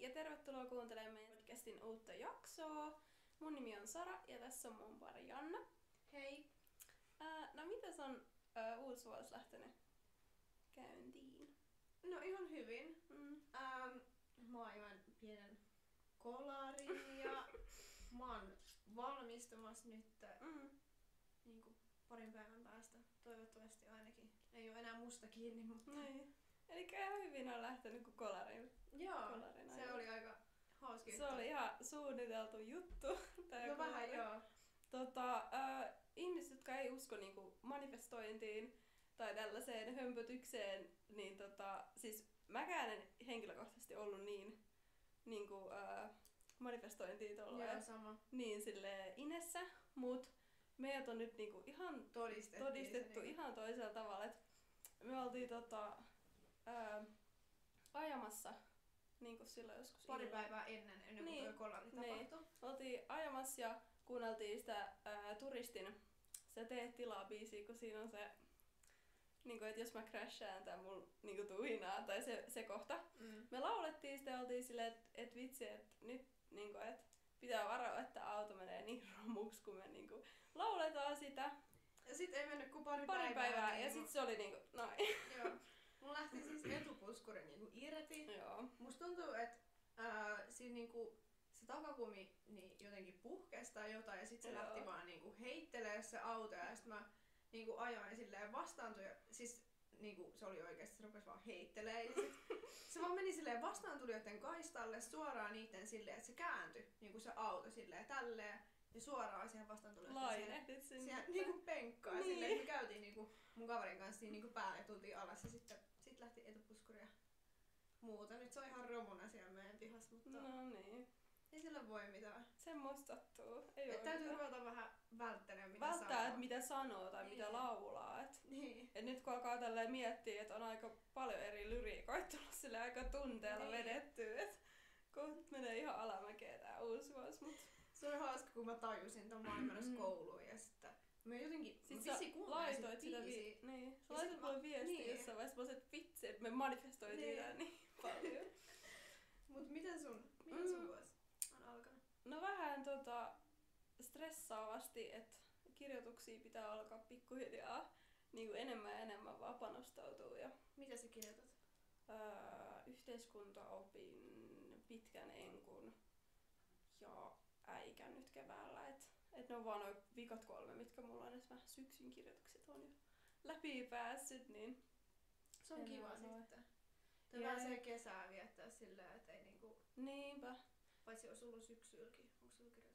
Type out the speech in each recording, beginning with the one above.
ja tervetuloa kuuntelemaan meidän podcastin uutta jaksoa. Mun nimi on Sara ja tässä on mun pari Janna. Hei. Ää, no mitäs on ää, uusi vuosi lähtenyt käyntiin? No ihan hyvin. Mm. Ähm, mä oon aivan pienen kolarin ja mä oon valmistumassa nyt äh, Mm. niinku parin päivän päästä. Toivottavasti ainakin. Ei oo enää musta kiinni, mutta... Niin. Eli ihan hyvin on lähtenyt kuin kolarilla. Joo, Kolarin se aika. oli aika hauska Se oli ihan suunniteltu juttu. tää No vähän kolari. joo. Tota, äh, ihmiset, jotka ei usko niinku manifestointiin tai tällaiseen hömpötykseen, niin tota, siis mäkään en henkilökohtaisesti ollut niin niinku, äh, manifestointiin Joo, tolleen sama. niin sille inessä, mut meidät on nyt niinku ihan Todistettiin todistettu se, niin. ihan toisella tavalla. Et me oltiin tota, ää, ajamassa niinku silloin joskus Pari illalla. päivää ennen, ennen kuin Niin. toi kolari Niin. tapahtui. Oltiin ajamassa ja kuunneltiin sitä ää, turistin se tee tilaa biisiä, kun siinä on se, niin kuin, että jos mä crashaan tai mun niin kuin, tuhinaa tai se, se kohta. Mm. Me laulettiin sitä ja oltiin silleen, että et vitsi, että nyt niin kuin, et pitää varoa, että auto menee niin romuksi, kun me niin kuin, lauletaan sitä Ja sit ei mennyt kuin pari, pari päivää. päivää ja niin sit se oli niinku, noin. mun- Joo. Mun lähti siis etupuskuri niinku irti. Joo. Musta tuntuu, että siinä niinku, se takakumi niin jotenkin puhkesi tai jotain ja sitten se Joo. lähti vaan niinku heittelee se auto ja sitten mä niinku ajoin silleen vastaantui. Siis niinku, se oli oikeasti, se rupesi vaan heittelee. Ja sit, se vaan meni silleen vastaantulijoiden kaistalle suoraan niiden silleen, että se kääntyi niinku se auto silleen tälleen ja suoraan siihen vastaantulijoiden siihen- Lainehdit sinne. siihen niinku penkkaan Niin. niin. silleen, että me käytiin niinku mun kaverin kanssa siinä niinku päälle ja tultiin alas ja sitten sit lähti etupuskuri ja muuta. Nyt se on ihan romuna siellä meidän pihassa, mutta no. No niin. ei sillä voi mitään. Semmoista sattuu. Ei Et oo täytyy mitään. ruveta vähän välttelemään mitä välttää, sanoo. että mitä sanoo tai mitä Niin. laulaa. Et, Niin. et nyt kun alkaa tälleen miettiä, että on aika paljon eri lyriikoita tullut sille aika tunteella Niin. vedetty, että kohta menee ihan alamäkeä tää uusi vuosi, mut Se oli hauska, kun mä tajusin, että mä olin menossa kouluun ja sitten mä jotenkin, Mm. sit mä sä vissi kuuntelin laitoit sitä vi- niin. sä Ja laitoit sit mulle mä- viestiä niin. jossain vaiheessa, mä olin, että vitsi, että me manifestoitiin Niin. tää niin paljon. Mut miten sun, miten sun Mm. vuosi on alkanut? No vähän tota stressaavasti, että kirjoituksia pitää alkaa pikkuhiljaa niin kuin enemmän ja enemmän vaan panostautuu. Ja, Mitä sä kirjoitat? öö, yhteiskuntaopin pitkän enkun ja äikän nyt keväällä. Et, et ne on vaan noin vikat kolme, mitkä mulla on edes mä syksyn kirjoitukset on jo läpi päässyt, niin Se on En kiva mä voi. sitten. Tai Jee. vähän se kesää viettää sillä, että ei niinku niinpä. Paitsi on sulla syksylläkin. Onko sulla kirjoituksia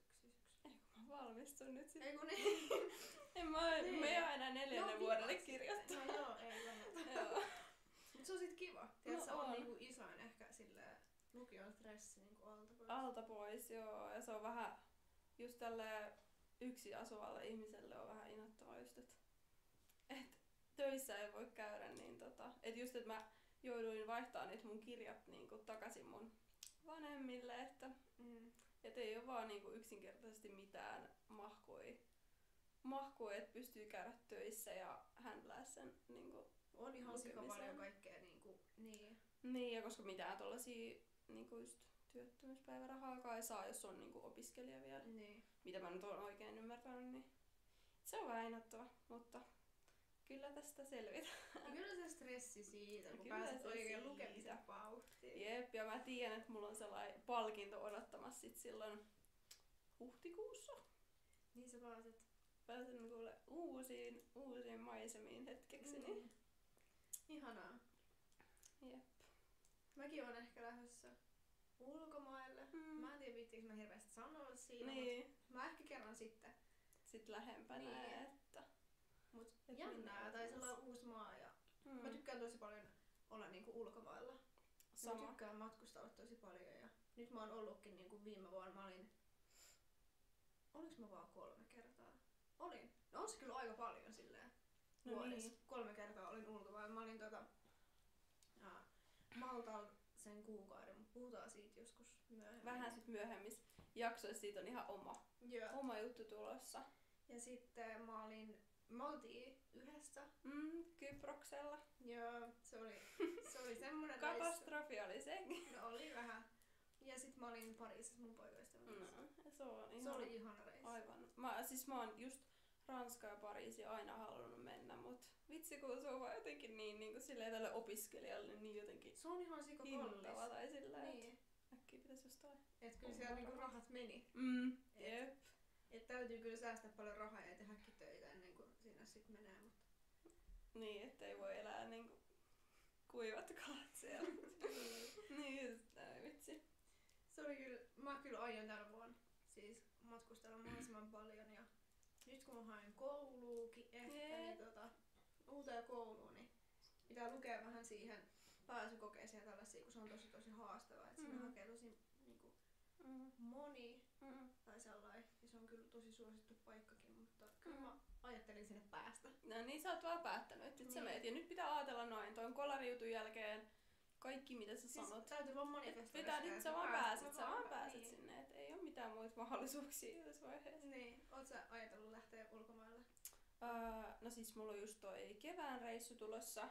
syksyllä? No, Ei kun mä valmistun nyt sitten. Ei kun ei. En mä, Niin. mä jää enää neljännen No, niin. vuodelle viimeksi. kirjoittaa. No joo, ei kannata. Joo. Mut se on sit kiva. Tiedät, se on on. niinku isoin ehkä sillä lukion stressi niinku alta pois. alta pois, joo. Ja se on vähän just tälle yksi asuvalle ihmiselle on vähän innoittavaa just, että et töissä ei voi käydä, niin tota, et just, että mä jouduin vaihtaa niitä mun kirjat niinku takaisin mun vanhemmille, että Mm. et ei ole vaan niinku yksinkertaisesti mitään mahkui, mahkui että pystyy käydä töissä ja hänlää sen niinku On ihan sika Lukemiseen. paljon kaikkea niinku. Niin. Niin, ja koska mitään tuollaisia niinku just työttömyyspäivärahaakaan ei saa, jos on niinku opiskelija vielä. Niin. mitä mä nyt oon oikein ymmärtänyt, niin se on vähän innoittava, mutta kyllä tästä selvitään. Ja kyllä se stressi siitä, kun Kyllä pääset se oikein siitä. lukemisen vauhtiin. Jep, ja mä tiedän, että mulla on sellainen palkinto odottamassa sit silloin huhtikuussa. Niin sä pääset. Pääsen kuule uusiin, uusiin maisemiin hetkeksi, niin Mm. Ihanaa. jep. Mäkin on ehkä lähdössä ulkomaille. Mm. Mä en tiedä, viittiinkö mä hirveästi sanoa siinä, Niin, mut mä ehkä kerron sitten. sit lähempänä, Niin. että... Mut Et jännää, mennään tai sillä on kanssa. uusi maa ja Mm. mä tykkään tosi paljon olla niinku ulkomailla. Sama. Mä Sama. No tykkään matkustella tosi paljon ja nyt mä oon ollutkin niinku viime vuonna, mä olin... Oliks mä vaan kolme kertaa? Olin. No on se kyllä aika paljon silleen No vuodessa. niin. Kolme kertaa olin ulkomailla. Mä olin tota, ää, Maltalla sen kuukauden, mutta puhutaan siitä joskus myöhemmin. Vähän sit myöhemmissä jaksoissa siitä on ihan oma, Joo. oma juttu tulossa. Ja sitten mä olin, me oltiin yhdessä. Mm, Kyproksella. Joo, se oli, se oli semmonen reissu. Katastrofi oli sekin. No oli vähän. Ja sit mä olin Pariisissa mun poikaystävän kanssa. No, se on Mm. Se ihan oli ihana reissu. aivan. Mä, siis mä oon just Ranska ja Pariisi aina halunnut mennä, mut vitsi kun se on vaan jotenkin niin, niin kuin silleen tälle opiskelijalle niin jotenkin Se on ihan sika hintava kallis. tai silleen, niin. Niin. äkkiä pitäisi jostain. Et kyllä siellä niinku rahat meni. Mm, Et- jep. Et täytyy kyllä säästää paljon rahaa ja tehdäkin töitä ennen kuin sinne sit menee. Mut. Niin, ettei voi elää niinku kuivat kalat siellä. niin, just näin, vitsi. se oli kyllä, mä kyllä aion tänä vuonna siis matkustella mahdollisimman paljon ja nyt kun mä haen kouluukin ehkä, Jee. niin tota, uuteen kouluun, niin pitää lukea vähän siihen pääsykokeeseen ja tällaisia, kun se on tosi tosi haastavaa, että mm. Mm. sinne hakee tosi niinku, Mm, moni mm. tai sellainen, ja se on kyllä tosi suosittu paikkakin, mutta kyllä Mm. mä ajattelin sinne päästä. No niin, sä oot vaan päättänyt, että nyt sä Niin. meet. Ja nyt pitää ajatella noin, tuon kolariutun jälkeen kaikki mitä sä Siis sanot. täytyy vaan Et manifestoida pitää sitä, nyt että sä mä vaan pääsen. pääset, Mä sä vaan pää- pääset niin. sinne, et ei oo mitään muita mahdollisuuksia tässä vaiheessa. Niin, oot sä ajatellut lähteä ulkomaille? Öö, no siis mulla on just toi kevään reissu tulossa.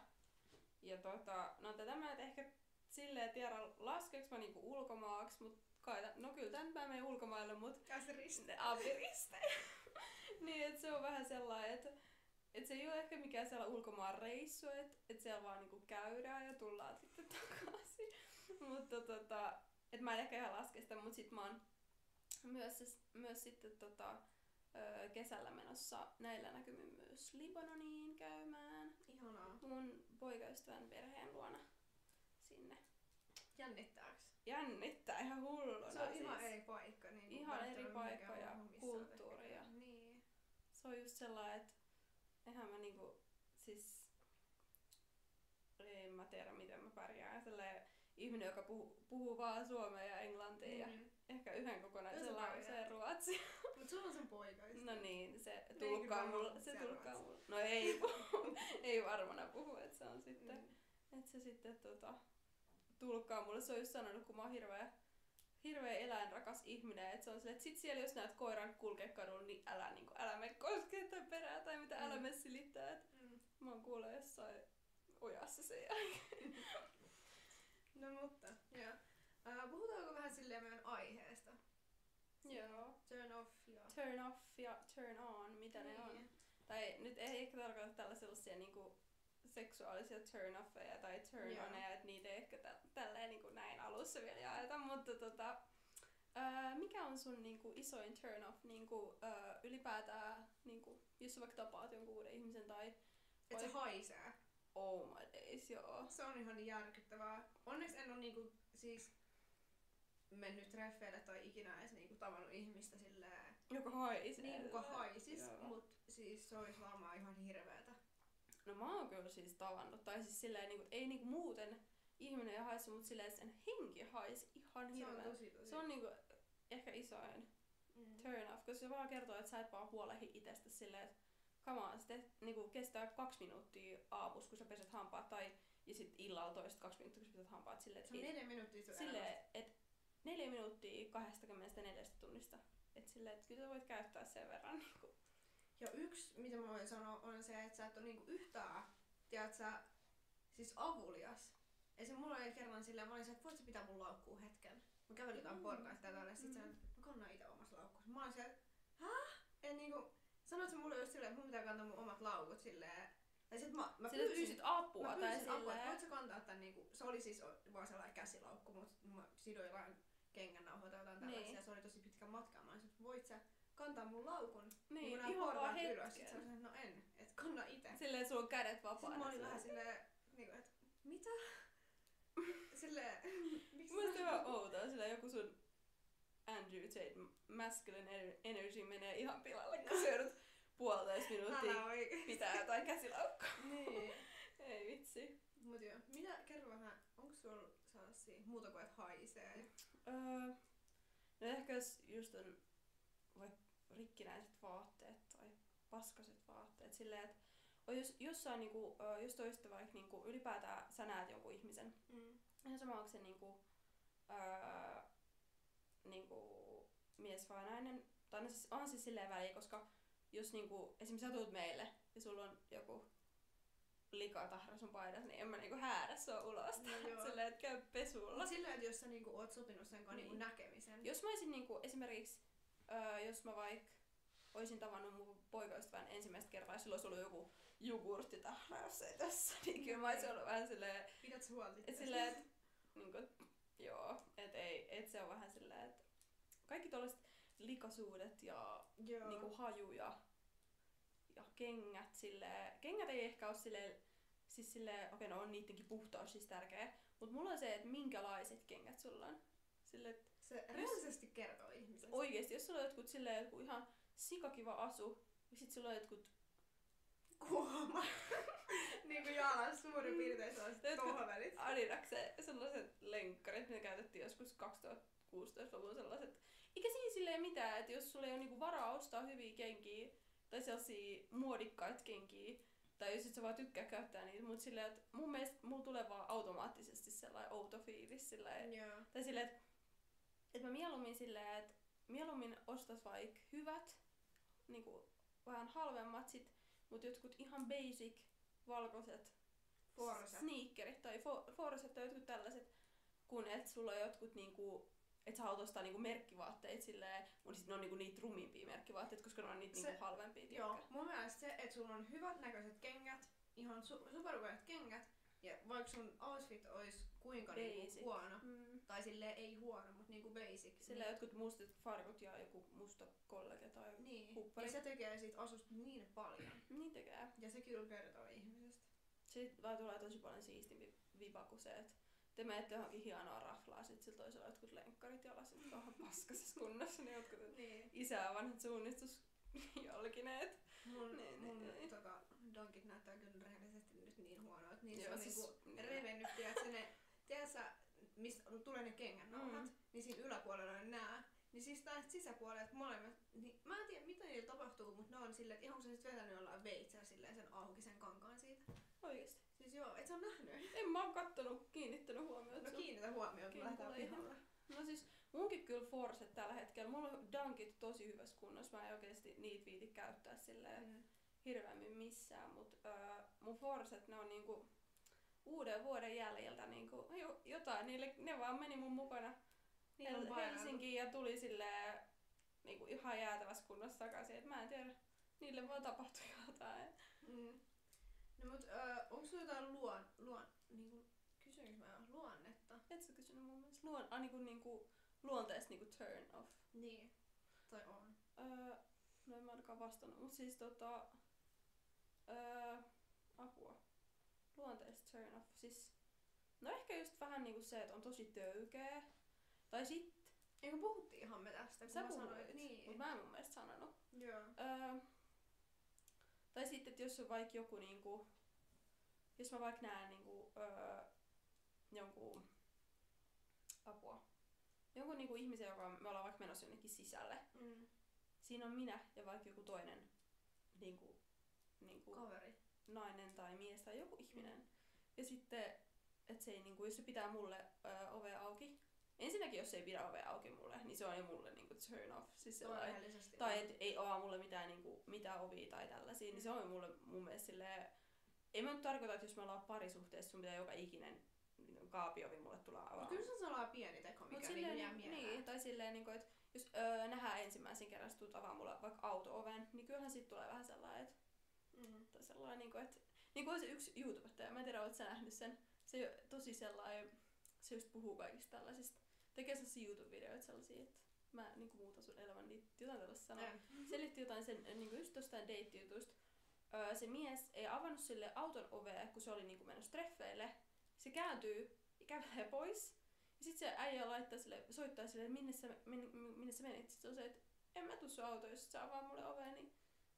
Ja tota, no tätä mä et ehkä silleen tiedä laskeeks mä niinku ulkomaaksi, mut kai, tä- no kyllä tän mä menen ulkomaille, mut Käsiristä. ne apiristejä. niin, et se on vähän sellainen, että et se ei ole ehkä mikään sellainen ulkomaan reissu, että et siellä vaan niinku käydään ja tullaan sitten takaisin. mutta tota, et mä en ehkä ihan laske sitä, mutta sit mä oon myös, siis- myös sitten tota, ö, kesällä menossa näillä näkymin myös Libanoniin käymään Ihanaa. mun poikaystävän perheen luona sinne. Jännittääks? Jännittää ihan hulluna Se on siis. ihan eri paikka. Niin kuin Ihan eri verrattuna paikka mihinkään ja muuhun, missä olet ehkä kulttuuri ja- käynyt. Niin. se on just sellainen, että eihän mä niinku, siis en mä tiedä miten mä pärjään. Sellainen ihminen, joka puhuu, puhuu vaan suomea ja englantia ja Mm. ehkä yhden kokonaisen Kyllä sä lauseen pärjäät. ruotsi. Mut sulla on Mm. sen poika. just. No niin, se kyllä tulkkaa varmaan mulle. puhuu Se siellä tulkkaa mulle. No ei, puhu, ei varmana puhu, että se on sitten Mm. että se sitten tota, tulkkaa mulle. Se on just sanonut, kun mä oon hirveä, hirveä eläinrakas ihminen. Että se on silleen, että sit siellä jos näet koiran kulkea kadulla, niin älä, niin älä me koske tai perää tai mitä, älä Mm. me silittää. Et Mm. mä oon kuulee jossain ojassa sen jälkeen. No mutta, joo. Äh, puhutaanko vähän silleen meidän aiheesta? Joo. Turn off ja... Turn off ja turn on, mitä Niin. ne on. Tai nyt ei ehkä tarkoita tällä sellaisia niinku seksuaalisia turn offeja tai turn Joo. oneja, että niitä ei ehkä tä- tälleen niinku näin alussa vielä jaeta, mutta tota, ää, mikä on sun niinku isoin turn off niinku, ää, ylipäätään, niinku, jos sä vaikka tapaat jonkun uuden ihmisen tai Et se haisee. oh my days, joo. Se on ihan järkyttävää. Onneksi en ole niinku siis mennyt treffeille tai ikinä edes niinku tavannut ihmistä silleen Joka haisee. niin kuka haisis, Joo. mut siis se olisi varmaan ihan hirveetä. No mä oon kyllä siis tavannut, tai siis silleen niinku, ei niinku muuten ihminen ei haise, mutta silleen sen henki haisi ihan Se on hirveä. tosi tosi. Se on niinku ehkä isoin Mm. turn off, koska se vaan kertoo, että sä et vaan huolehdi itsestä silleen, että come on, se te- niinku kestää kaksi minuuttia aamussa, kun sä peset hampaat, tai ja sit illalla toiset kaksi minuuttia, kun sä peset hampaat silleen, Se on että neljä minuuttia sun elämästä. sille, et neljä minuuttia 24 tunnista. Et silleen, että kyllä sä voit käyttää sen verran. Niinku. Ja yksi, mitä mä voin sanoa, on se, että sä et ole niinku yhtään, tiedät sä, siis avulias. Ja se mulla oli kerran silleen, mä olin se, että voit sä pitää mun laukkuun hetken. Mä kävelin jotain Mm. portaista ja tällä, sit Mm. mm. sanoin, mä kannan itse omassa laukkuussa. Mä olin se, että häh? En niinku, sanoit sä mulle just silleen, että mun pitää kantaa mun omat laukut silleen. Tai sit mä, mä Sä pyysit, pyysin, apua mä tai pyysin silleen. apua, että voit sä kantaa tän niinku, se oli siis o- vaan sellainen käsilaukku, mut mä sidoin jotain kengännauhoja tai jotain tällaisia, Niin. ja se oli tosi pitkä matka. Mä olin se, että voit sä kantaa mun laukun? niin, ihan näin vaan portaat niinku ylös. Sitten hetken. sanoin, että no en, et kanna itse. Silleen sulla on kädet Sitten vapaana. mä olin silleen. vähän silleen, niinku, että mitä? Silleen, miksi? Mun mielestä vähän outoa, sillä joku sun Andrew Tate masculine ener- energy menee ihan pilalle, kun sä joudut puolitoista Älä minuuttia oikein. pitää jotain käsilaukkoa. Niin. Ei vitsi. Mut joo, mitä, kerro vähän, onko sulla sellaisia muuta kuin, että haisee? Öö, no ehkä jos just on vaikka rikkinäiset vaatteet tai paskaset vaatteet, silleen, että on jos, jossain, niinku, ö, jos toista vaikka niinku, ylipäätään sä näet jonkun ihmisen, Mm. ihan sama onko se niinku, öö, niinku mies vai nainen, tai no siis, on siis silleen väliä, koska jos niinku, esimerkiksi sä tulet meille ja sulla on joku likatahra sun paidassa, niin en mä niinku häädä sua ulos. No joo. Silleen, että käy pesulla. Mut Silleen, että jos sä niinku oot sopinut sen kanssa niinku Niin. näkemisen. Jos mä olisin niinku, esimerkiksi, öö, jos mä vaikka olisin tavannut mun poikaystävän ensimmäistä kertaa, ja silloin se oli joku jogurttitahraus ei tässä, niin kyllä mä olisin ollut vähän silleen, Pidät sä huolta et itsestäsi? silleen, et, niinku, joo, et ei, et se on vähän silleen, että kaikki tuollaiset likaisuudet ja Joo. niinku hajuja ja kengät sille kengät ei ehkä ole sille siis sille okei no on niidenkin puhtaus siis tärkeä, mut mulla on se, että minkälaiset kengät sulla on. Sille, että se rehellisesti kertoo ihmisestä. oikeesti, jos sulla on jotkut sille joku ihan sikakiva asu, ja sit sulla on jotkut, kuoma. niinku jalan suurin Mm. piirtein sellaiset Nyt- tohvelit. Adidaksen sellaiset lenkkarit, mitä käytettiin joskus 2016 luvun sellaiset. Eikä siinä silleen mitään, että jos sulla ei ole niinku varaa ostaa hyviä kenkiä tai sellaisia muodikkaita kenkiä, tai jos et sä vaan tykkää käyttää niitä, mutta silleen, että mun mielestä mulla tulee vaan automaattisesti sellainen outo fiilis silleen. Joo. Tai silleen, että, että mä mieluummin silleen, että mieluummin ostas vaikka hyvät, niinku vähän halvemmat sit, mutta jotkut ihan basic, valkoiset Forsa. sneakerit tai fo- forset tai jotkut tällaiset, kun et sulla on jotkut niinku, et sä haluat ostaa niinku merkkivaatteet silleen, mutta sit ne on niinku niitä rumimpia merkkivaatteet, koska ne on niitä Se- niinku halvempia. Joo, tiedätkö? mun mielestä se, että sulla on hyvät näköiset kengät, ihan su- superhyvät kengät, ja vaikka sun outfit olisi kuinka niinku Basic. huono, Mm. tai silleen ei huono, mutta niinku basic. Sillä jotkut mustat farkut ja joku musta kollege tai joku. niin. huppari. Ja se tekee siitä asusta niin paljon. Niin tekee. Ja se kyllä kertoo ihmisestä. Sitten vaan tulee tosi paljon siistimpi vipa kuin se, että te menette johonkin hienoa raflaa, sit sillä toisella on jotkut lenkkarit jalas, jotka on ihan paskasessa kunnossa, ne jotkut Niin. isää vanhat suunnistus jolkineet. Mun, Niin, mun niin, niin. Tota, donkit näyttää kyllä rehellisesti nyt niin huonoa, niin se Joo, on siis- niinku niin. revennyt, tiedätkö ne, tiedätkö, mistä tulee ne kengännauhat, Mm. niin siinä yläpuolella on nää, niin siis näistä sisäpuolelta molemmat, niin mä en tiedä mitä niillä tapahtuu, mutta ne on silleen, että ihan kun sä sit vetänyt jollain veitsellä silleen sen auki sen kankaan siitä. Oikeesti. Siis joo, et sä on nähnyt. En mä oon kattonut, kiinnittänyt huomiota. No No, kiinnitä huomioon, kun Kiinnitä lähdetään huomioon. pihalle. no siis munkin kyllä forset tällä hetkellä. Mulla on dunkit tosi hyvässä kunnossa. Mä en oikeesti niitä viiti käyttää silleen Mm. hirveämmin missään. Mut öö, mun forset ne on niinku uuden vuoden jäljiltä niinku jo, jotain. Niille, ne vaan meni mun mukana Niin on Hel- vaelellut. Helsinkiin ja tuli silleen niinku ihan jäätävässä kunnossa takaisin. Et mä en tiedä. Niille vaan tapahtui jotain. Mm. No mut öö, onks sulla jotain luon, luon, niinku, kysyinkö mä luonnetta? Et sä kysynyt mun mielestä. Luon, ah, niinku, niinku, luonteesta niinku turn off. Niin. Tai on. Öö, no en mä ainakaan vastannut, mutta siis tota... Öö, apua. Luonteesta turn off. Siis, no ehkä just vähän niinku se, että on tosi töykeä. Tai sit, Eikö puhuttiinhan me tästä, kun sä mä puhuit, sanoin, mut niin. mä en mun mielestä sanonut. Joo. Öö, tai sitten, että jos on vaikka joku niinku... Jos mä vaikka näen niinku... Öö, jonkun... Apua. Jonkun niinku ihmisen, joka me ollaan vaikka menossa jonnekin sisälle. Mm. siinä on minä ja vaikka joku toinen niin kuin, niin kuin Kaveri. nainen tai mies tai joku ihminen. Ja sitten, että se ei, niin kuin, jos se pitää mulle ö, ovea auki, ensinnäkin jos se ei pidä ovea auki mulle, niin se on jo mulle niin kuin turn off. Siis Se on sellainen, rehellisesti. tai et, ei avaa mulle mitään, niin kuin, mitään ovia tai tällaisia, niin se on jo mulle mun mielestä silleen, ei mä nyt tarkoita, että jos me ollaan parisuhteessa, sun pitää joka ikinen niin kaapiovi mulle tulla Mut avaamaan. kyllä se on sellainen pieni teko, mikä Mut silleen, silleen, jää niin, mieleen. niin, tai silleen, niin että jos öö, nähdään ensimmäisen kerran, sit tuut avaa mulle vaikka auto-oven, niin kyllähän sit tulee vähän sellainen, että Mm. tai sellainen, niin kuin, että niin kuin on se yksi YouTubettaja, mä en tiedä, oot sä nähnyt sen, se on tosi sellainen, se just puhuu kaikista tällaisista, tekee sellaisia YouTube-videoita sellaisia, että mä niin kuin muutan sun elämän, niin jotain tällaista sanoo. Äh. Selitti jotain sen, niin kuin just jostain deittijutusta. Öö, se mies ei avannut sille auton ovea, kun se oli niin kuin menossa treffeille. Se kääntyy ja kävelee pois. Ja sit se äijä laittaa sille, soittaa sille, että minne sä, min, min- minne sä menit. Sit se on se, että en mä tuu sun autoon, jos sä avaa mulle ovea, niin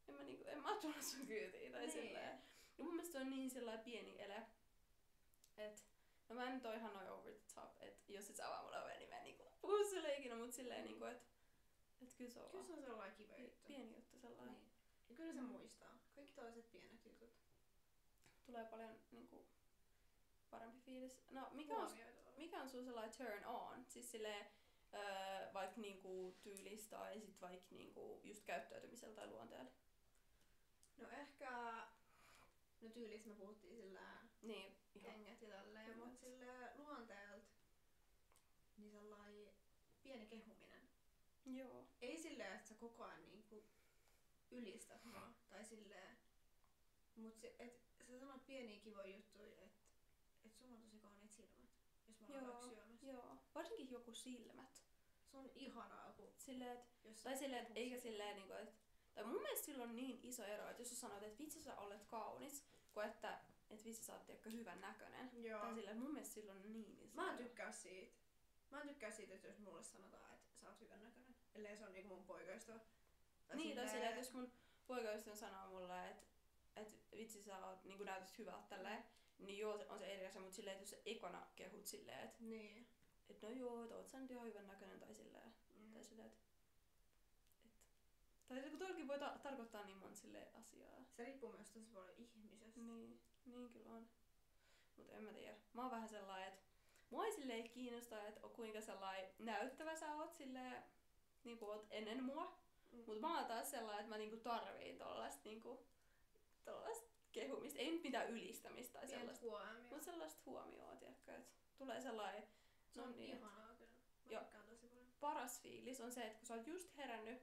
en mä, niinku, en mä oo tullut sun kyytiin. Tai Niin. silleen. Ja mun mielestä se on niin sellainen pieni ele, että no mä en nyt oo ihan noin over the top, että jos et sä avaa mulle ovea, niin mä en niinku puhu sille ikinä, mut silleen niinku, että et kyllä se on Kyllä vaan se on sellainen kiva Pi- juttu. pieni juttu sellainen. Niin. Ja kyllä se Mm. muistaa. Kaikki toiset pienet jutut. Tulee paljon niinku, parempi fiilis. No, mikä on, Huomioitava. mikä on sun sellainen turn on? Siis silleen, öö, vaikka niinku tyylistä tai sit vaikka niinku just käyttäytymisellä tai luonteella. No ehkä No tyylissä me puhuttiin sillä Niin, ihan. kengät ja tälleen, Kyllä. mutta sillä luonteelta niin sellainen pieni kehuminen. Joo. Ei silleen, että sä koko ajan niinku ylistät mua tai silleen, mut se, et, sä sanot pieniä kivoja juttuja, että et sulla on tosi kauniit silmät, jos mä oon Joo. kaksi syömässä. Joo. Varsinkin joku silmät. Se on ihanaa, kun Silleen, et, jos tai sä silleen, et, puhut eikä silleen, niinku, et, tai mun mielestä sillä on niin iso ero, että jos sä sanot, että vitsi sä olet kaunis, kuin että et vitsi sä oot tiedätkö, hyvän näköinen. Joo. Tai silleen, mun mielestä sillä on niin iso Mä en ero. tykkää siitä. Mä en tykkää siitä, että jos mulle sanotaan, että sä oot hyvän näköinen. Ellei se on niinku mun poikaystävä. Niin, tai silleen, että jos mun poikaystävä sanoo mulle, että et, vitsi sä oot, niinku näytät hyvältä tälleen, niin joo, se- on se eri asia, mutta silleen, että jos sä ekona kehut silleen, että Niin. et, no joo, et oot sä nyt ihan hyvän näköinen tai silleen, Mm. tai silleen, että et. Tai se, kun tuollakin voi ta- tarkoittaa niin monta silleen asiaa. Se riippuu myös tosi paljon ihmisestä. Niin, niin kyllä on. Mut en mä tiedä. Mä oon vähän sellainen, että mua ei silleen kiinnosta, että kuinka sellainen näyttävä sä oot silleen, niinku oot ennen mua. Mm. Mut mä oon taas sellainen, että mä niinku tarviin tollasta niinku, tollasta kehumista. Ei nyt mitään ylistämistä tai Pientä sellaista. huomioon. Mut sellaista huomioon, tiedätkö, että tulee sellainen se on no niin, ihanaa kyllä. Mä Joo. tykkään tosi paljon. paras fiilis on se, että kun sä oot just herännyt,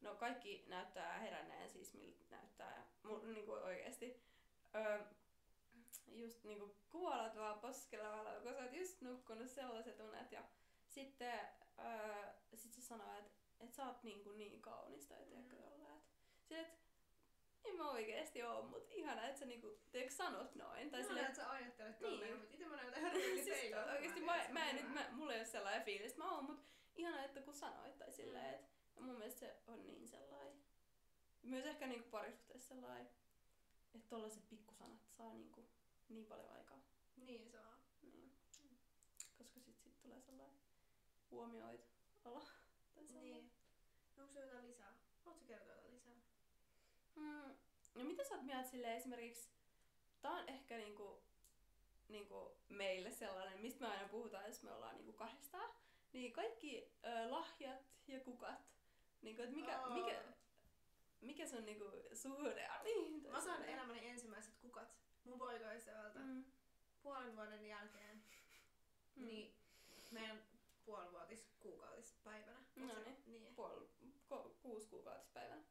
no kaikki näyttää heränneen siis miltä näyttää mu- niinku oikeesti. Öö, just niinku kuolat vaan poskelevalla, kun sä oot just nukkunut sellaiset unet ja sitten öö, sit se sanoo, että et sä oot niinku niin kaunis tai tiedätkö Mm. jollain. et Silleen, että en mä oikeesti oo, mut ihana, että sä niinku, tiedätkö, sanot noin. Tai Tai silleen, silleen, että sä ajattelet Niin. tolleen, Siis niin. mutta itse mä näytän ihan ryyliseiltä. oikeesti mä, mä en nyt, mä, mulla ei ole sellainen fiilis, että mä oon, mut ihana, että kun sanoit tai silleen, et mun mielestä se on niin sellainen. Myös ehkä niinku parisuhteessa sellainen, että tollaiset pikkusanat saa niinku niin paljon aikaa. Niin saa. Niin. Koska sit, sit tulee sellainen huomioit olo. Tai sellainen. Niin. No onko se jotain lisää? Haluatko kertoa jotain lisää? Mm. No mitä sä oot mieltä silleen esimerkiksi, tää on ehkä niinku, niinku meille sellainen, mistä me aina puhutaan, jos me ollaan niinku kahdestaan, niin kaikki ö, lahjat ja kukat, niinku, et mikä, Aa. mikä, mikä sun niinku suhde on? Niin, Mä sain sellainen. elämäni ensimmäiset kukat mun poikaystävältä. Mm. puolen vuoden jälkeen, Mm. mm. niin meidän puolivuotis kuukautispäivänä. No Onks se- niin. niin. Puol, ko, kuusi kuukautispäivänä.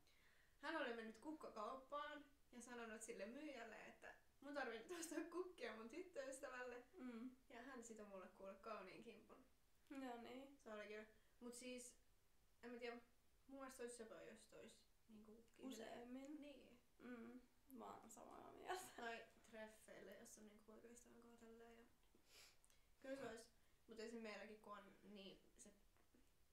Hän oli mennyt kukkakauppaan ja sanonut sille myyjälle, että mun tarvii nyt ostaa kukkia mun tyttöystävälle. Mm. Ja hän sitoi mulle kuule kauniin kimpun. No niin. Se oli kyllä. Mut siis, en mä tiedä, mun mielestä olisi söpö, jos tois niin kukkia. Useimmin. Niin. Mm. Mä oon samaa mieltä. Tai treffeille, jos on niinku poikaystävän kanssa tälleen. Ja... Kyllä se olisi. Mutta esim. meilläkin kun on niin se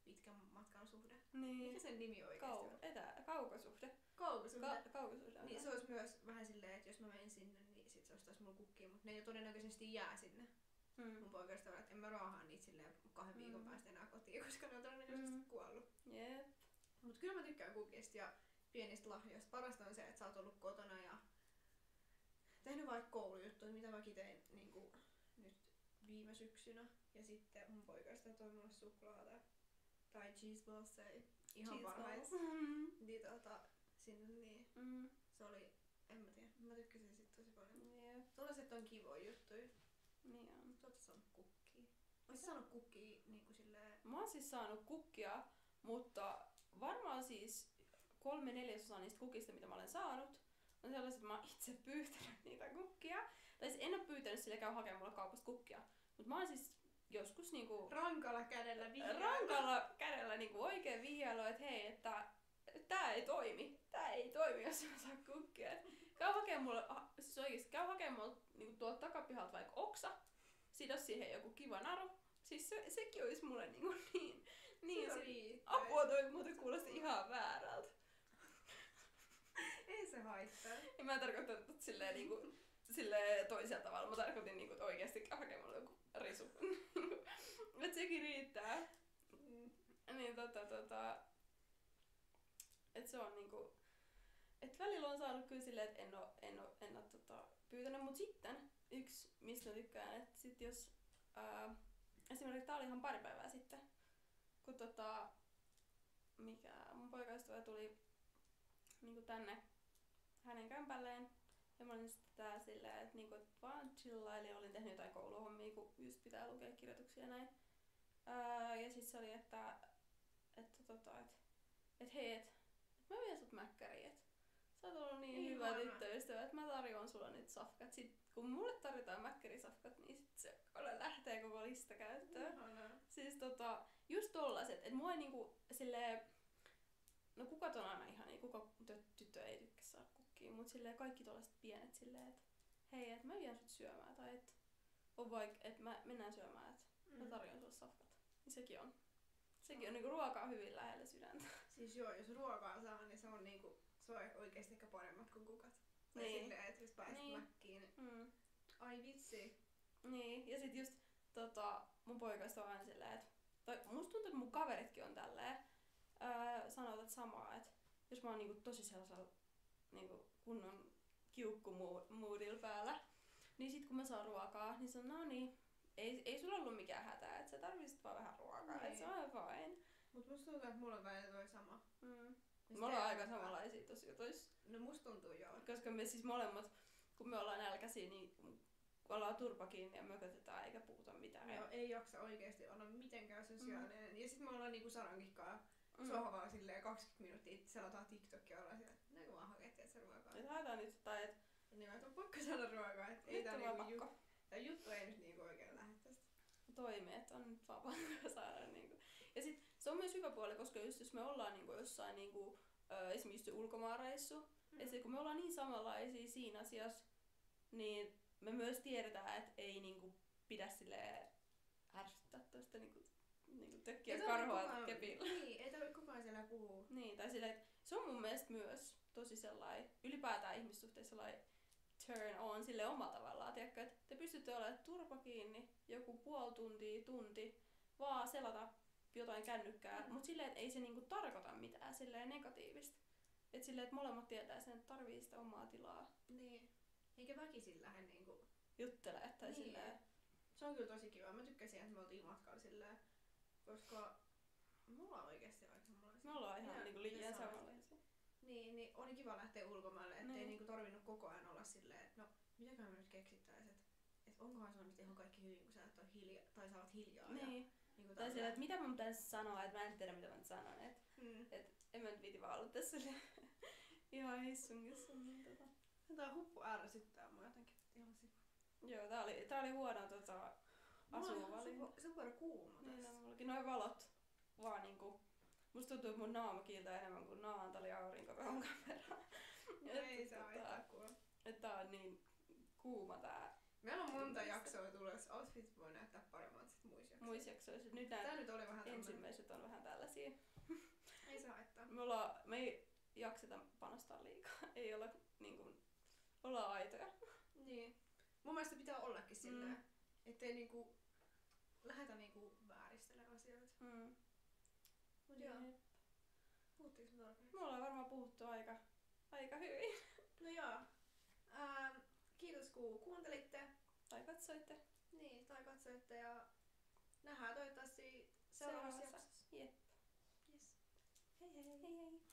pitkän matkan suhde. Mikä Niin. sen nimi oikeesti Kau, on? etä, kaukosuhde. Kaukosuhde. Ka, kaukosuhde. on niin hyvä. se olisi myös vähän silleen, että jos mä menin sinne, niin sit se ostaisi mulla kukkia, mutta ne jo todennäköisesti jää sinne Mm. mun poikaystävällä, että en mä raahaa niitä silleen kahden viikon Mm. päästä enää kotiin, koska ne on todennäköisesti Mm. kuollut. Jep. Mutta kyllä mä tykkään kukista ja pienistä lahjoista. Parasta on se, että sä oot ollut kotona ja tehnyt vaikka koulujuttuja, mitä mäkin tein niin kuin nyt viime syksynä. Ja sitten mun poikaista toi mulle suklaata tai cheeseballseja. Ihan Cheese parhaita. balls. Mm. Niin tota, sinne niin. Mm. Se oli, en mä tiedä, mä tykkäsin sit tosi paljon. Jep. Tollaset on kivoja juttuja. Niin on. Totta saanut kukkia. Ois sä saanut kukkia niinku silleen... Mä oon siis saanut kukkia, mutta varmaan siis kolme neljäsosaa niistä kukista, mitä mä olen saanut, on sellaiset, että mä oon itse pyytänyt niitä kukkia. Tai siis en oo pyytänyt sillä käy hakemaan mulle kaupasta kukkia. Mutta mä oon siis joskus niinku Rankalla kädellä vihreä. rankalla kädellä niinku oikein vihjailu, että hei, että tää ei toimi. Tää ei toimi, jos mä saan kukkia. Et Käy hakemaan mulle, ha- siis oikeesti, käy hakemaan mulle niinku tuolta takapihalta vaikka oksa, sido siihen joku kiva naru. Siis se, sekin olisi mulle niinku niin, niin se, apua toi muuten kuulosti ihan väärältä. Ei se haittaa. En mä tarkoittanut että silleen niinku, silleen toisella tavalla, mä tarkoitin niinku, että oikeesti käy hakemaan mulle joku risu. Et sekin riittää. Niin tota tota... Et se on niinku... Et välillä on saanut kyllä silleen, että en oo, en oo, en oo tota, pyytänyt. Mut sitten yksi, mistä mä tykkään, että sit jos... Ää, esimerkiksi tää oli ihan pari päivää sitten, kun tota... Mikä mun poikaystävä tuli niinku tänne hänen kämpälleen Ja mä olin sitten täällä silleen, että niinku, et vaan chillailin, olin tehnyt jotain kouluhommia, kun just pitää lukea kirjoituksia ja näin. Ää, ja sit se oli, että, että tota, et, et hei, et, et mä vien sut mäkkäriin, et sä oot ollut niin Ihana. hyvä tyttöystävä, että mä tarjoan sulle nyt safkat. Sit kun mulle tarjotaan mäkkärisafkat, niin sit se ole lähtee koko lista käyttöön. Ihanaa. Siis tota, just tollaset, että mua ei niinku silleen, no kukat on aina ihan, kuka tö- tyttö ei tykkää saa kukkia, mut silleen kaikki tollaset pienet silleen, että hei, että mä vien sut syömään, tai että on vaik, että mä mennään syömään, että mä Mm. tarjoan sulle safkat. Niin sekin on. Sekin on niinku ruokaa hyvin lähellä sydäntä. Siis joo, jos ruokaa saa, niin se on niinku, se on oikeesti ehkä paremmat kuin kukat. Tai Niin. silleen, että jos pääset Niin. mäkkiin, niin Mm. ai vitsi. Niin, ja sit just tota, mun poikaista on aina silleen, että, tai musta tuntuu, että mun kaveritkin on tälleen, öö, sanovat että samaa, että jos mä oon niinku tosi sellaisella niinku kunnon kiukkumuudilla päällä, niin sit kun mä saan ruokaa, niin se on, no niin, ei, ei sulla ollut mikään hätää, että sä tarvitset vaan vähän ruokaa, että se Niin. on ihan fine. Mut musta tuntuu, että mulla on välillä toi sama. Mm. Ja Me ollaan sitä- aika samanlaisia tosi tois, No musta tuntuu joo. koska me siis molemmat, kun me ollaan nälkäisiä, niin ollaan turpa kiinni ja mökötetään eikä puhuta mitään. Joo, ei jaksa oikeesti olla mitenkään sosiaalinen. Mm. Ja sit me ollaan niinku Sarankinkaan mm. sohvaa silleen 20 minuuttia, selataan TikTokia ja ollaan silleen, että no kun vaan hakee, että ruokaa. Et haetaan nyt jotain, että Niin mä, että on pakko saada ruokaa, että ei nyt tää on vaan niinku pakko juttu. Tää juttu ei nyt niinku oikein lähde tästä. toimia, että on nyt vaan pakko saada. Niinku. Ja sit se on myös hyvä puoli, koska just jos me ollaan niinku jossain niinku, ö, esimerkiksi just ulkomaanreissu, mm. ja sit kun me ollaan niin samanlaisia siinä asiassa, niin me myös tiedetään, että ei niinku pidä sille ärsyttää toista niinku, niinku tökkiä Ei tarvi karhoa kukaan- kepillä. Niin, ei tarvi kukaan siellä puhua. Niin, tai sille, että se on mun mielestä myös tosi sellainen, ylipäätään ihmissuhteissa sellainen turn on sille omalla tavallaan, tiedätkö, että te pystytte olemaan turpa kiinni joku puoli tuntia, tunti, vaan selata jotain kännykkää, mm. Mm. mutta silleen, että ei se niinku tarkoita mitään silleen negatiivista. Että silleen, että molemmat tietää sen, että tarvii sitä omaa tilaa Niin. Eikä väkisin lähde niinku. juttelee, tai Niin. silleen, Se on kyllä tosi kiva. Mä tykkäsin, että me oltiin matkalla silleen, koska mulla on oikeesti aika samanlaisia. me ollaan ihan Joo, niinku ja liian sama. samanlaisia. Niin, niin oli kiva lähteä ulkomaille, ettei Niin. niinku tarvinnut koko ajan olla silleen, että no mitäköhän me nyt keksittäis, että et onkohan sulla nyt ihan kaikki hyvin, kun sä et ole hiljaa, tai sä oot hiljaa. Ja, Niin. niinku Tai silleen, tälleen. että mitä mun pitäisi sanoa, että mä en tiedä, mitä mä nyt sanon, että Mm. en mä nyt viiti vaan olla tässä silleen ihan hissungissa. Niin tota. Tää huppu ärsyttää mua jotenkin ihan sikana. Joo, tää oli, tää oli huono tota, asuvalinta. Mulla on super kuuma Niin, no, tässä. mullakin noin valot vaan niinku... Musta tuntuu, että mun naama kiiltää enemmän kuin naantali aurinko tuohon kameraan. No, Että ei tota, saa tota... kuuma. Että tää on niin kuuma tää Meillä on monta Kyllä. jaksoa tulossa. Outfit voi näyttää paremmat sit muissa jaksoissa. muissa jaksoissa. Nyt Tää nää nyt oli vähän tämmönen. ensimmäiset on vähän tällaisia. Ei saa haittaa. Me, ollaan, me ei jakseta panostaa liikaa. Ei olla niinku... Ollaan aitoja. Niin. Mun mielestä pitää ollakin silleen, ettei niinku lähetä niinku vääristelemään asioita. Mm. Mut joo, puhuttiinko me tarpeeksi? Me ollaan varmaan puhuttu aika, aika hyvin. No joo. Ähm, kiitos kun kuuntelitte. Tai katsoitte Niin, tai katsoitte ja nähdään toivottavasti seuraavassa Seuraavassa. jaksossa. Jep. Yes. Hei hei hei hei.